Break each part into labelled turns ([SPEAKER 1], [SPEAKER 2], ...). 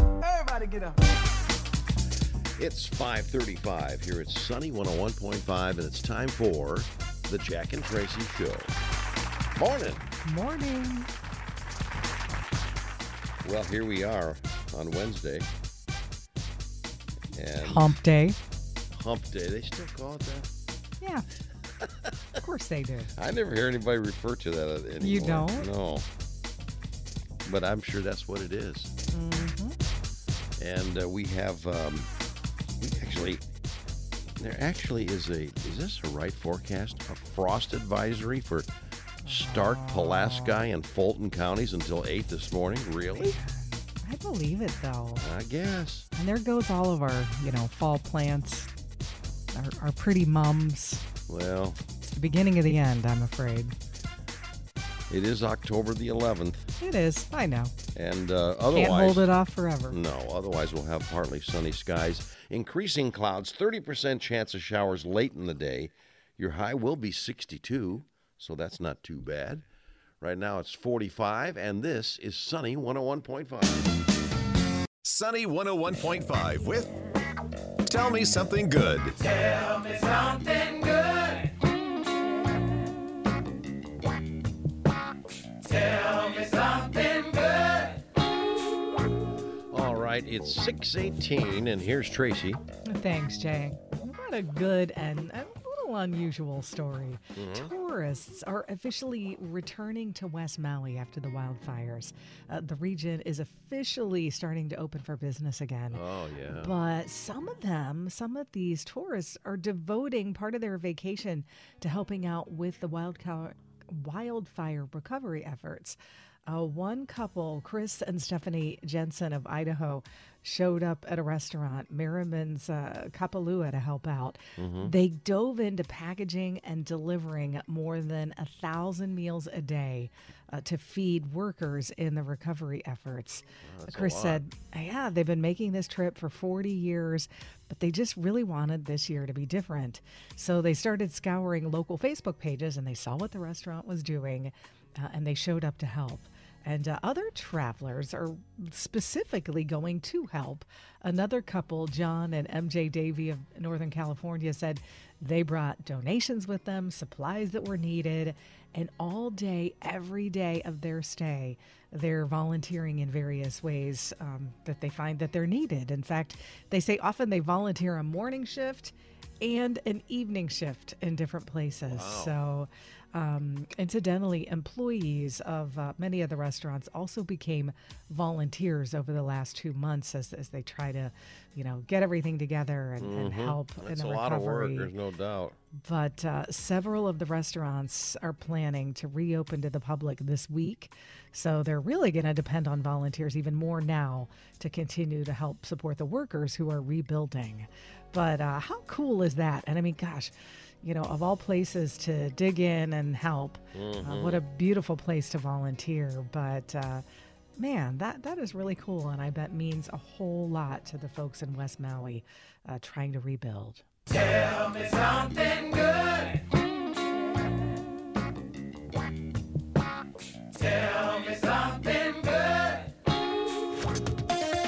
[SPEAKER 1] oh
[SPEAKER 2] it up.
[SPEAKER 3] It's 535 here at Sunny 101.5, and it's time for the Jack and Tracy Show. Morning.
[SPEAKER 2] Morning.
[SPEAKER 3] Well, here we are on Wednesday. And
[SPEAKER 2] Hump day.
[SPEAKER 3] hump day. They still call it that?
[SPEAKER 2] Yeah. of course they do.
[SPEAKER 3] I never hear anybody refer to that anymore.
[SPEAKER 2] You don't?
[SPEAKER 3] No. But I'm sure that's what it is.
[SPEAKER 2] Mm-hmm.
[SPEAKER 3] And uh, we have, um, we actually, there actually is a, is this a right forecast? A frost advisory for Stark, Pulaski, and Fulton counties until 8 this morning? Really?
[SPEAKER 2] I believe it though.
[SPEAKER 3] I guess.
[SPEAKER 2] And there goes all of our, you know, fall plants, our, our pretty mums.
[SPEAKER 3] Well,
[SPEAKER 2] It's the beginning of the end, I'm afraid.
[SPEAKER 3] it is October the 11th,
[SPEAKER 2] It is. I know.
[SPEAKER 3] and uh,
[SPEAKER 2] Can't
[SPEAKER 3] otherwise.
[SPEAKER 2] hold it off forever.
[SPEAKER 3] No, otherwise we'll have partly sunny skies, increasing clouds, 30% chance of showers late in the day. Your high will be 62, so that's not too bad. Right now it's 45, and this is sunny 101.5.
[SPEAKER 4] Sunny 101.5 with Tell Me Something Good.
[SPEAKER 3] All right, it's 618, and here's Tracy.
[SPEAKER 2] Thanks, Jay. What a good and a little unusual story. Tourists are officially returning to West Maui after the wildfires. Uh, the region is officially starting to open for business again.
[SPEAKER 3] Oh, yeah.
[SPEAKER 2] But some of them, some of these tourists are devoting part of their vacation to helping out with the wild cow- wildfire recovery efforts. Uh, one couple, Chris and Stephanie Jensen of Idaho, showed up at a restaurant, Merriman's uh, Kapalua, to help out. They dove into packaging and delivering more than a thousand meals a day uh, to feed workers in the recovery efforts. Chris said, Yeah, they've been making this trip for 40 years, but they just really wanted this year to be different. So they started scouring local Facebook pages and they saw what the restaurant was doing uh, and they showed up to help. And uh, other travelers are specifically going to help. Another couple, John and MJ Davey of Northern California, said they brought donations with them, supplies that were needed, and all day, every day of their stay, they're volunteering in various ways um, that they find that they're needed. In fact, they say often they volunteer a morning shift and an evening shift in different places. So, um, incidentally, employees of uh, many of the restaurants also became volunteers over the last two months as, as they try to, you know, get everything together and, and help in
[SPEAKER 3] Mm-hmm. That's
[SPEAKER 2] the
[SPEAKER 3] a
[SPEAKER 2] recovery
[SPEAKER 3] lot of work, there's no doubt.
[SPEAKER 2] but uh, several of the restaurants are planning to reopen to the public this week. So they're really going to depend on volunteers even more now to continue to help support the workers who are rebuilding. But uh, how cool is that? And I mean, gosh, you know, of all places to dig in and help, uh, what a beautiful place to volunteer. But uh, man, that, that is really cool. And I bet means a whole lot to the folks in West Maui uh, trying to rebuild.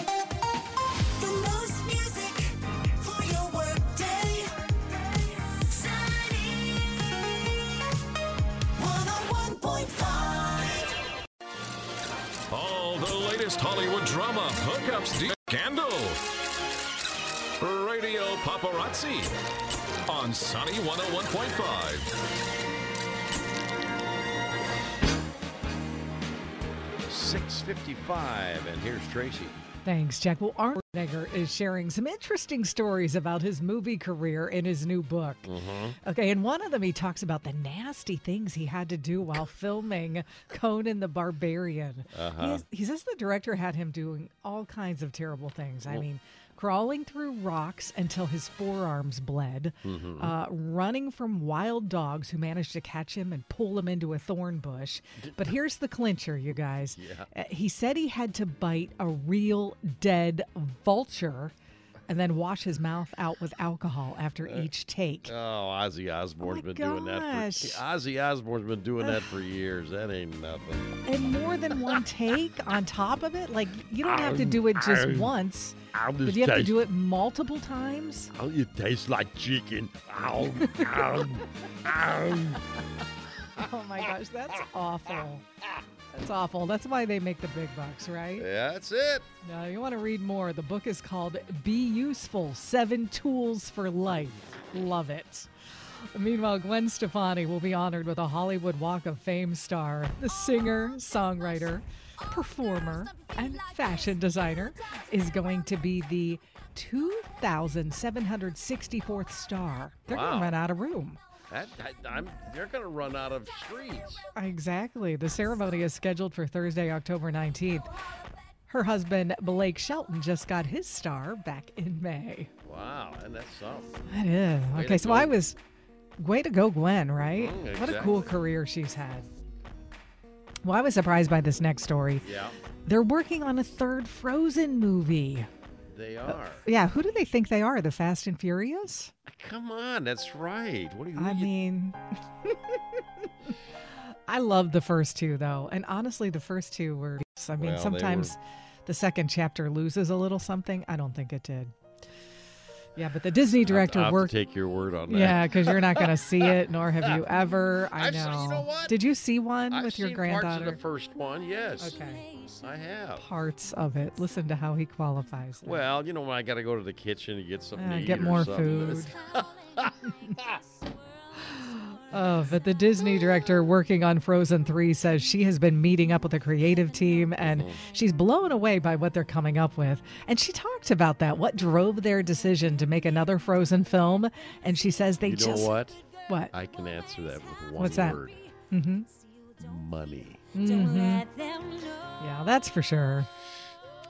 [SPEAKER 1] The most music for your workday. Sunny 101.5.
[SPEAKER 4] All the latest Hollywood drama, hookups, de- scandal, radio paparazzi on Sunny 101.5.
[SPEAKER 3] Six fifty-five, and here's Tracy.
[SPEAKER 2] Thanks, Jack. Well, Arnegger is sharing some interesting stories about his movie career in his new book. Okay, and one of them he talks about the nasty things he had to do while filming Conan the Barbarian. He, is- he says the director had him doing all kinds of terrible things. I mean, crawling through rocks until his forearms bled, uh, running from wild dogs who managed to catch him and pull him into a thorn bush. But here's the clincher, you guys. Uh, He said he had to bite a real dead vulture and then wash his mouth out with alcohol after each take.
[SPEAKER 3] Oh, Ozzy Osbourne's
[SPEAKER 2] Oh my
[SPEAKER 3] been doing that for
[SPEAKER 2] gosh.
[SPEAKER 3] Ozzy Osbourne's been doing that for years. That ain't nothing.
[SPEAKER 2] And more than one take on top of it. Like, you don't have to do it just once,
[SPEAKER 3] I'll
[SPEAKER 2] but
[SPEAKER 3] just
[SPEAKER 2] you have to
[SPEAKER 3] taste-
[SPEAKER 2] do it multiple times.
[SPEAKER 3] Oh, it tastes like chicken. Ow, ow, ow.
[SPEAKER 2] Oh my gosh, that's awful. That's awful. That's why they make the big bucks, right?
[SPEAKER 3] That's it.
[SPEAKER 2] Now, you want to read more. The book is called Be Useful Seven Tools for Life. Love it. Meanwhile, Gwen Stefani will be honored with a Hollywood Walk of Fame star, the singer, songwriter, performer, and fashion designer is going to be the 2,764th star. They're going
[SPEAKER 3] Wow.
[SPEAKER 2] to run out of room.
[SPEAKER 3] That, I, I'm, they're gonna run out of streets.
[SPEAKER 2] Exactly. The ceremony is scheduled for Thursday, October 19th. Her husband, Blake Shelton, just got his star back in May.
[SPEAKER 3] Wow, and that's something.
[SPEAKER 2] That is.
[SPEAKER 3] Way to
[SPEAKER 2] Okay, so
[SPEAKER 3] go.
[SPEAKER 2] I was. Way to go, Gwen, right?
[SPEAKER 3] Mhm,
[SPEAKER 2] What a cool
[SPEAKER 3] exactly.
[SPEAKER 2] career she's had. Well, I was surprised by this next story.
[SPEAKER 3] Yeah,
[SPEAKER 2] They're working on a third Frozen movie.
[SPEAKER 3] they are.
[SPEAKER 2] Yeah, who do they think they are? The Fast and Furious?
[SPEAKER 3] Come on, that's right. What do you?
[SPEAKER 2] I
[SPEAKER 3] you-
[SPEAKER 2] mean, I loved the first two though, and honestly, the first two were. I mean,
[SPEAKER 3] Well, they were-
[SPEAKER 2] sometimes the second chapter loses a little something. I don't think it did. Yeah, but the Disney director
[SPEAKER 3] I'll have to
[SPEAKER 2] worked.
[SPEAKER 3] take your word on that.
[SPEAKER 2] Yeah, because you're not going to see it, nor have you ever. I
[SPEAKER 3] I've
[SPEAKER 2] know.
[SPEAKER 3] seen- you know what?
[SPEAKER 2] Did you see one
[SPEAKER 3] I've
[SPEAKER 2] with your
[SPEAKER 3] seen
[SPEAKER 2] granddaughter?
[SPEAKER 3] Parts of the first one, yes,
[SPEAKER 2] okay,
[SPEAKER 3] I have.
[SPEAKER 2] parts of it. Listen to how he qualifies. that.
[SPEAKER 3] Well, you know when I gotta go to the kitchen to get something
[SPEAKER 2] Uh,
[SPEAKER 3] to
[SPEAKER 2] get
[SPEAKER 3] eat or
[SPEAKER 2] more
[SPEAKER 3] something.
[SPEAKER 2] food. Oh, but the Disney director working on Frozen 3 says she has been meeting up with the creative team and
[SPEAKER 3] Mm-hmm.
[SPEAKER 2] she's blown away by what they're coming up with. And she talked about that, what drove their decision to make another Frozen film. And she says they
[SPEAKER 3] You know
[SPEAKER 2] just.
[SPEAKER 3] what?
[SPEAKER 2] What?
[SPEAKER 3] I can answer that with one
[SPEAKER 2] What's that?
[SPEAKER 3] word:
[SPEAKER 2] hmm
[SPEAKER 3] money.
[SPEAKER 2] Yeah, that's for sure.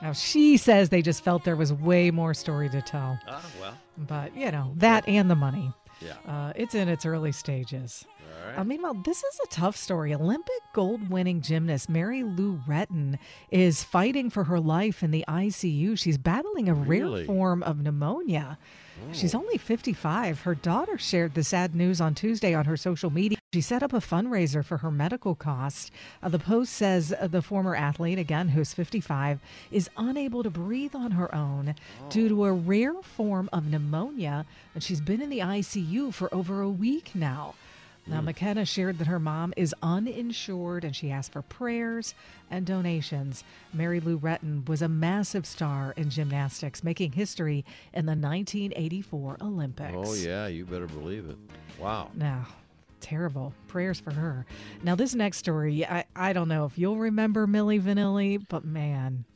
[SPEAKER 2] Now, she says they just felt there was way more story to tell.
[SPEAKER 3] Ah, well,
[SPEAKER 2] But, you know, that and the money.
[SPEAKER 3] yeah.
[SPEAKER 2] Uh, it's in its early stages.
[SPEAKER 3] All right.
[SPEAKER 2] Uh, meanwhile, this is a tough story. Olympic gold winning gymnast Mary Lou Retton is fighting for her life in the ICU. She's battling a
[SPEAKER 3] Really?
[SPEAKER 2] rare form of pneumonia. She's only 55. Her daughter shared the sad news on Tuesday on her social media. She set up a fundraiser for her medical costs. Uh, the post says uh, the former athlete, again, who's 55, is unable to breathe on her own due to a rare form of pneumonia, and she's been in the ICU for over a week now.
[SPEAKER 3] Hmm.
[SPEAKER 2] Now, McKenna shared that her mom is uninsured and she asked for prayers and donations. Mary Lou Retton was a massive star in gymnastics, making history in the 1984 Olympics.
[SPEAKER 3] Oh yeah, you better believe it. Wow.
[SPEAKER 2] Now, terrible. Prayers for her. Now, this next story, I, I don't know if you'll remember Millie Vanilli, but man,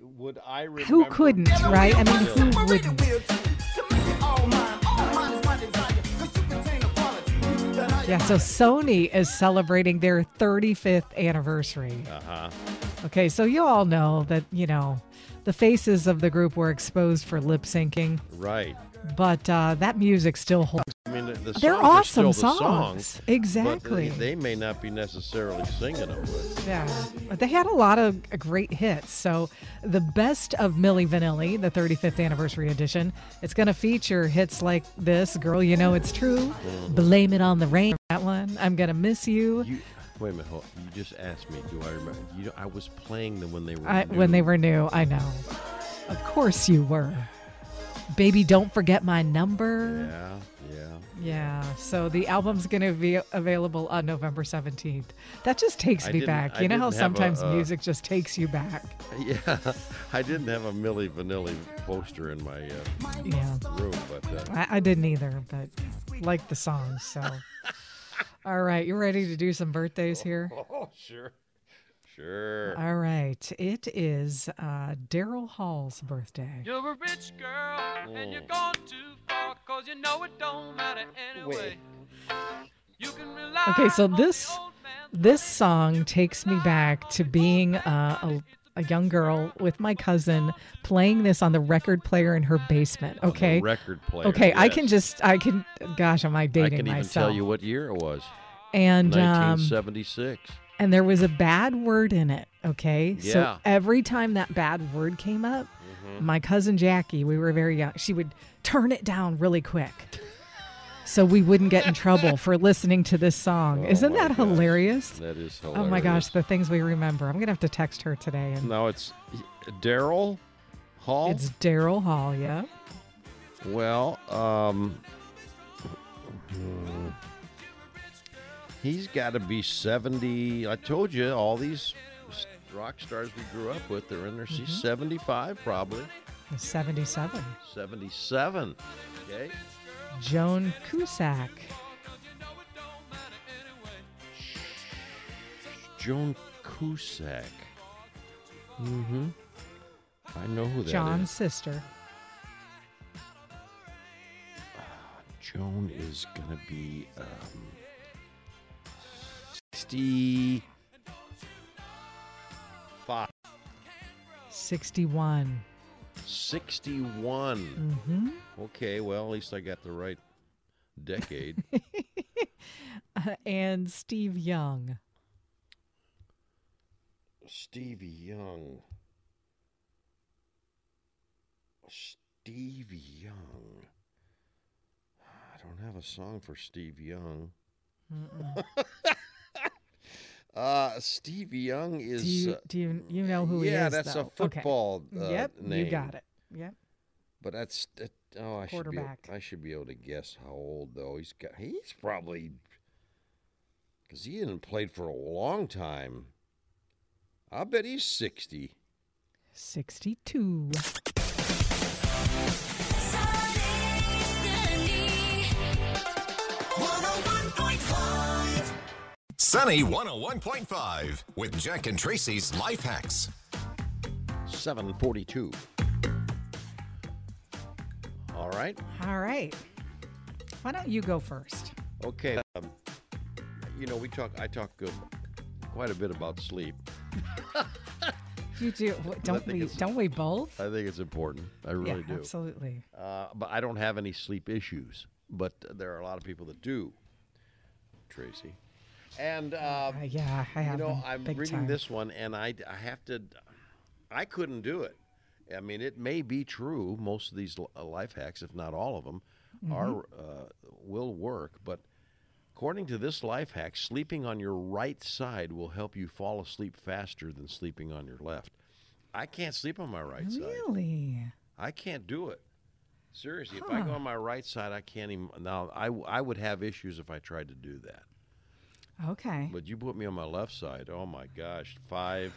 [SPEAKER 3] Would I remember?
[SPEAKER 2] who couldn't, right? I mean, who
[SPEAKER 1] Maria
[SPEAKER 2] wouldn't?
[SPEAKER 1] will too. To make it all mine, all mine is my desire. 'Cause you contain the quality. that I
[SPEAKER 2] Yeah, so Sony is celebrating their 35th anniversary.
[SPEAKER 3] Uh huh.
[SPEAKER 2] Okay, so you all know that, you know, the faces of the group were exposed for lip syncing,
[SPEAKER 3] Right.
[SPEAKER 2] but uh, that music still holds.
[SPEAKER 3] I mean, the, the
[SPEAKER 2] They're
[SPEAKER 3] songs are
[SPEAKER 2] awesome
[SPEAKER 3] still
[SPEAKER 2] songs.
[SPEAKER 3] the songs.
[SPEAKER 2] Exactly.
[SPEAKER 3] But they, they may not be necessarily singing them. But
[SPEAKER 2] Yeah, but they had a lot of great hits. So, the best of Milli Vanilli, the 35th anniversary edition, it's going to feature hits like this Girl, You Know It's True, Blame It on the Rain, that one, I'm Gonna Miss You,
[SPEAKER 3] you, wait a minute. Hold, you just asked me. Do I remember? You, I was playing them when they were
[SPEAKER 2] I,
[SPEAKER 3] new.
[SPEAKER 2] when they were new. I know. Of course you were. Baby, Don't Forget My Number.
[SPEAKER 3] Yeah. Yeah.
[SPEAKER 2] Yeah, so the album's going to be available on November 17th. That just takes
[SPEAKER 3] I
[SPEAKER 2] me
[SPEAKER 3] didn't-
[SPEAKER 2] back.
[SPEAKER 3] I
[SPEAKER 2] You know how
[SPEAKER 3] didn't have a,
[SPEAKER 2] sometimes
[SPEAKER 3] uh,
[SPEAKER 2] music just takes you back?
[SPEAKER 3] Yeah. I didn't have a Millie Vanilli poster in my uh,
[SPEAKER 2] Yeah.
[SPEAKER 3] room, but uh,
[SPEAKER 2] I, I didn't either, but like the song, so. All right, you ready to do some birthdays here?
[SPEAKER 3] oh sure, sure.
[SPEAKER 2] All right, it is uh, Daryl Hall's birthday.
[SPEAKER 5] You're a rich girl, and you're gone too far, cause you know it don't matter anyway. You can rely
[SPEAKER 2] Okay, so
[SPEAKER 5] on the
[SPEAKER 2] this-
[SPEAKER 5] old man's
[SPEAKER 2] This
[SPEAKER 5] money.
[SPEAKER 2] song takes me back to being uh, a, a young girl with my cousin playing this on the record player in her basement.
[SPEAKER 3] On the
[SPEAKER 2] Okay,
[SPEAKER 3] record player.
[SPEAKER 2] okay, I
[SPEAKER 3] yes.
[SPEAKER 2] can just, I can. Gosh, am I
[SPEAKER 3] I
[SPEAKER 2] dating
[SPEAKER 3] can even
[SPEAKER 2] myself?
[SPEAKER 3] tell you what year it was.
[SPEAKER 2] And um,
[SPEAKER 3] 1976.
[SPEAKER 2] and there was a bad word in it. Okay.
[SPEAKER 3] Yeah. Mm-hmm.
[SPEAKER 2] So every time that bad word came up, my cousin Jackie, we were very young, she would turn it down really quick. So we wouldn't get in trouble for listening to this song. Isn't
[SPEAKER 3] Oh my
[SPEAKER 2] that
[SPEAKER 3] gosh.
[SPEAKER 2] hilarious?
[SPEAKER 3] That is hilarious.
[SPEAKER 2] Oh my gosh, the things we remember. I'm gonna have to text her today. And
[SPEAKER 3] Now it's Daryl Hall.
[SPEAKER 2] it's Daryl Hall, yeah.
[SPEAKER 3] Well, um, hmm. he's got to be 70. I told you, all these s- rock stars we grew up with, they're in their mm 75 probably,
[SPEAKER 2] He's 77.
[SPEAKER 3] 77. Okay.
[SPEAKER 2] Joan Cusack.
[SPEAKER 3] Joan Cusack. Mm-hmm. I know who that is.
[SPEAKER 2] John's sister.
[SPEAKER 3] Joan is gonna be um, sixty-five.
[SPEAKER 2] 61.
[SPEAKER 3] 61.
[SPEAKER 2] Mm-hmm.
[SPEAKER 3] Okay, well, at least I got the right decade.
[SPEAKER 2] Uh, and Steve Young.
[SPEAKER 3] Stevie Young. Stevie Young. I don't have a song for Steve Young. uh, Steve Young is.
[SPEAKER 2] Do you
[SPEAKER 3] uh,
[SPEAKER 2] do you, you know who he
[SPEAKER 3] yeah,
[SPEAKER 2] is?
[SPEAKER 3] that's
[SPEAKER 2] though?
[SPEAKER 3] a football.
[SPEAKER 2] Okay.
[SPEAKER 3] Uh,
[SPEAKER 2] yep,
[SPEAKER 3] name.
[SPEAKER 2] you got it. Yep.
[SPEAKER 3] But that's that, oh, I should be ab-
[SPEAKER 2] Quarterback.
[SPEAKER 3] I should be able to guess how old though he's got. He's probably because he hadn't played for a long time. I bet he's sixty.
[SPEAKER 2] 62.
[SPEAKER 1] oh
[SPEAKER 6] Sunny 101.5 with Jack and Tracy's Life Hacks.
[SPEAKER 3] Seven forty-two. All right.
[SPEAKER 2] All right. Why don't you go first?
[SPEAKER 3] Okay. Um, you know we talk. I talk uh, quite a bit about sleep.
[SPEAKER 2] You do. what- Don't
[SPEAKER 3] think
[SPEAKER 2] we?
[SPEAKER 3] it's-
[SPEAKER 2] Don't we both?
[SPEAKER 3] I think it's important. I really
[SPEAKER 2] yeah,
[SPEAKER 3] do.
[SPEAKER 2] absolutely.
[SPEAKER 3] Uh, but I don't have any sleep issues. But there are a lot of people that do. Tracy. And uh,
[SPEAKER 2] Uh, yeah, I have.
[SPEAKER 3] you know
[SPEAKER 2] them
[SPEAKER 3] i'm
[SPEAKER 2] big
[SPEAKER 3] reading
[SPEAKER 2] time.
[SPEAKER 3] this one and I, I have to i couldn't do it i mean it may be true most of these li- uh, life hacks if not all of them
[SPEAKER 2] Mm-hmm.
[SPEAKER 3] are uh, will work but according to this life hack sleeping on your right side will help you fall asleep faster than sleeping on your left i can't sleep on my right side
[SPEAKER 2] Really?
[SPEAKER 3] I can't do it. Seriously, if I go on my right side, I can't even. Now, I, w- I would have issues if I tried to do that.
[SPEAKER 2] Okay.
[SPEAKER 3] But you put me on my left side. Oh my gosh. Five,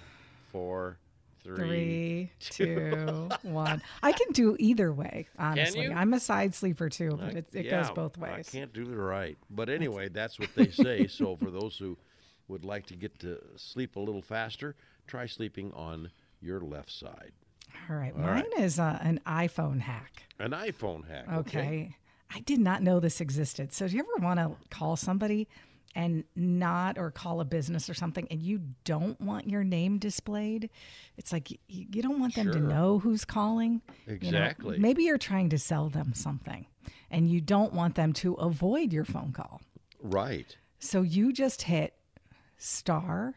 [SPEAKER 3] four, three.
[SPEAKER 2] Three, two, one. I can do either way, honestly.
[SPEAKER 3] you?
[SPEAKER 2] I'm a side sleeper too, but
[SPEAKER 3] I-
[SPEAKER 2] it, it
[SPEAKER 3] yeah,
[SPEAKER 2] goes both
[SPEAKER 3] I
[SPEAKER 2] ways.
[SPEAKER 3] can't do the right. But anyway, that's what they say. so for those who would like to get to sleep a little faster, try sleeping on your left side.
[SPEAKER 2] All right. mine is uh, an iPhone hack.
[SPEAKER 3] An iPhone hack.
[SPEAKER 2] Okay. I did not know this existed. So, do you ever want to call somebody and not, or call a business or something, and you don't want your name displayed? It's like you, you don't want them to
[SPEAKER 3] Sure.
[SPEAKER 2] know who's calling. you know?
[SPEAKER 3] Exactly.
[SPEAKER 2] Maybe you're trying to sell them something and you don't want them to avoid your phone call.
[SPEAKER 3] Right.
[SPEAKER 2] So, you just hit star,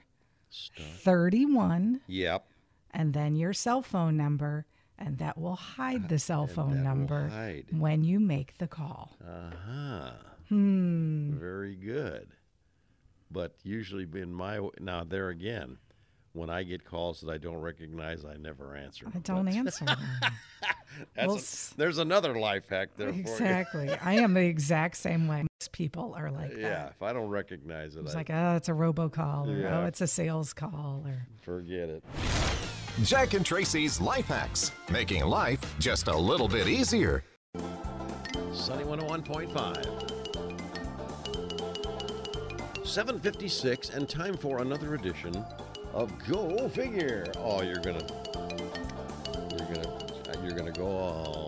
[SPEAKER 2] 31
[SPEAKER 3] Yep.
[SPEAKER 2] and then your cell phone number. And that will hide the cell phone
[SPEAKER 3] Ah, that will
[SPEAKER 2] number
[SPEAKER 3] hide.
[SPEAKER 2] when you make the call.
[SPEAKER 3] Uh huh. Hmm. Very good. But usually, in my w- now there again, when I get calls that I don't recognize, I never answer.
[SPEAKER 2] I
[SPEAKER 3] them.
[SPEAKER 2] don't answer. them.
[SPEAKER 3] That's
[SPEAKER 2] well,
[SPEAKER 3] a-
[SPEAKER 2] s-
[SPEAKER 3] there's another life hack there for you.
[SPEAKER 2] exactly. I am the exact same way. Most people are like
[SPEAKER 3] Yeah,
[SPEAKER 2] that.
[SPEAKER 3] if I don't recognize it, I
[SPEAKER 2] It's like, oh, it's a robocall or
[SPEAKER 3] Yeah.
[SPEAKER 2] oh, it's a sales call or
[SPEAKER 3] forget it.
[SPEAKER 6] Jack and Tracy's Life Hacks, making life just a little bit easier.
[SPEAKER 3] Sunny 101.5. 756 and time for another edition of Go Figure. Oh, you're gonna you're gonna you're gonna go oh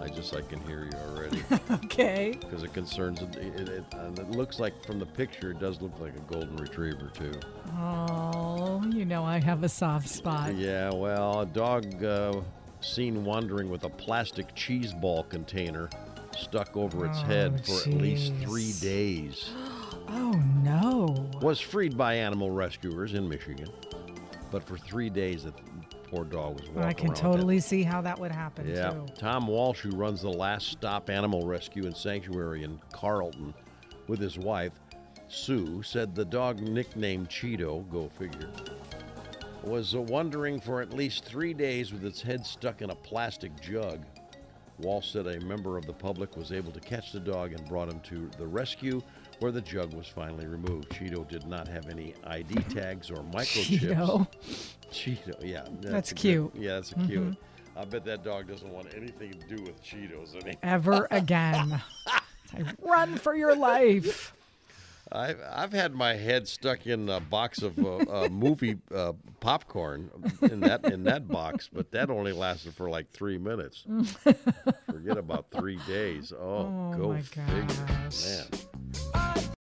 [SPEAKER 3] I just I can hear you already
[SPEAKER 2] okay.
[SPEAKER 3] because it concerns it, it, it and it looks like from the picture it does look like a golden retriever too.
[SPEAKER 2] Oh, you know I have a soft spot.
[SPEAKER 3] Yeah, well, a dog uh, seen wandering with a plastic cheese ball container stuck over its
[SPEAKER 2] Oh,
[SPEAKER 3] head for at least
[SPEAKER 2] jeez.
[SPEAKER 3] three days.
[SPEAKER 2] Oh no.
[SPEAKER 3] was freed by animal rescuers in Michigan. But for three days, the poor dog was walking
[SPEAKER 2] I can
[SPEAKER 3] around with
[SPEAKER 2] totally see how that would happen
[SPEAKER 3] that. Yeah.
[SPEAKER 2] too.
[SPEAKER 3] Tom Walsh, who runs the Last Stop Animal Rescue and Sanctuary in Carlton with his wife, Sue, said the dog nicknamed Cheeto, go figure, was uh, wandering for at least three days with its head stuck in a plastic jug. Walsh said a member of the public was able to catch the dog and brought him to the rescue, where the jug was finally removed. Cheeto did not have any ID tags or microchips.
[SPEAKER 2] Cheeto.
[SPEAKER 3] Cheeto, yeah.
[SPEAKER 2] That's
[SPEAKER 3] a good-
[SPEAKER 2] cute. Mm-hmm.
[SPEAKER 3] yeah, that's cute. I bet that dog doesn't want anything to do with Cheetos. I mean,
[SPEAKER 2] Ever again. It's like, Run for your life.
[SPEAKER 3] I've, I've had my head stuck in a box of uh, uh, movie uh, popcorn in that in that box, but that only lasted for like three minutes. Forget about three days. Oh,
[SPEAKER 2] Oh
[SPEAKER 3] go
[SPEAKER 2] my
[SPEAKER 3] figure,
[SPEAKER 2] gosh.
[SPEAKER 3] man.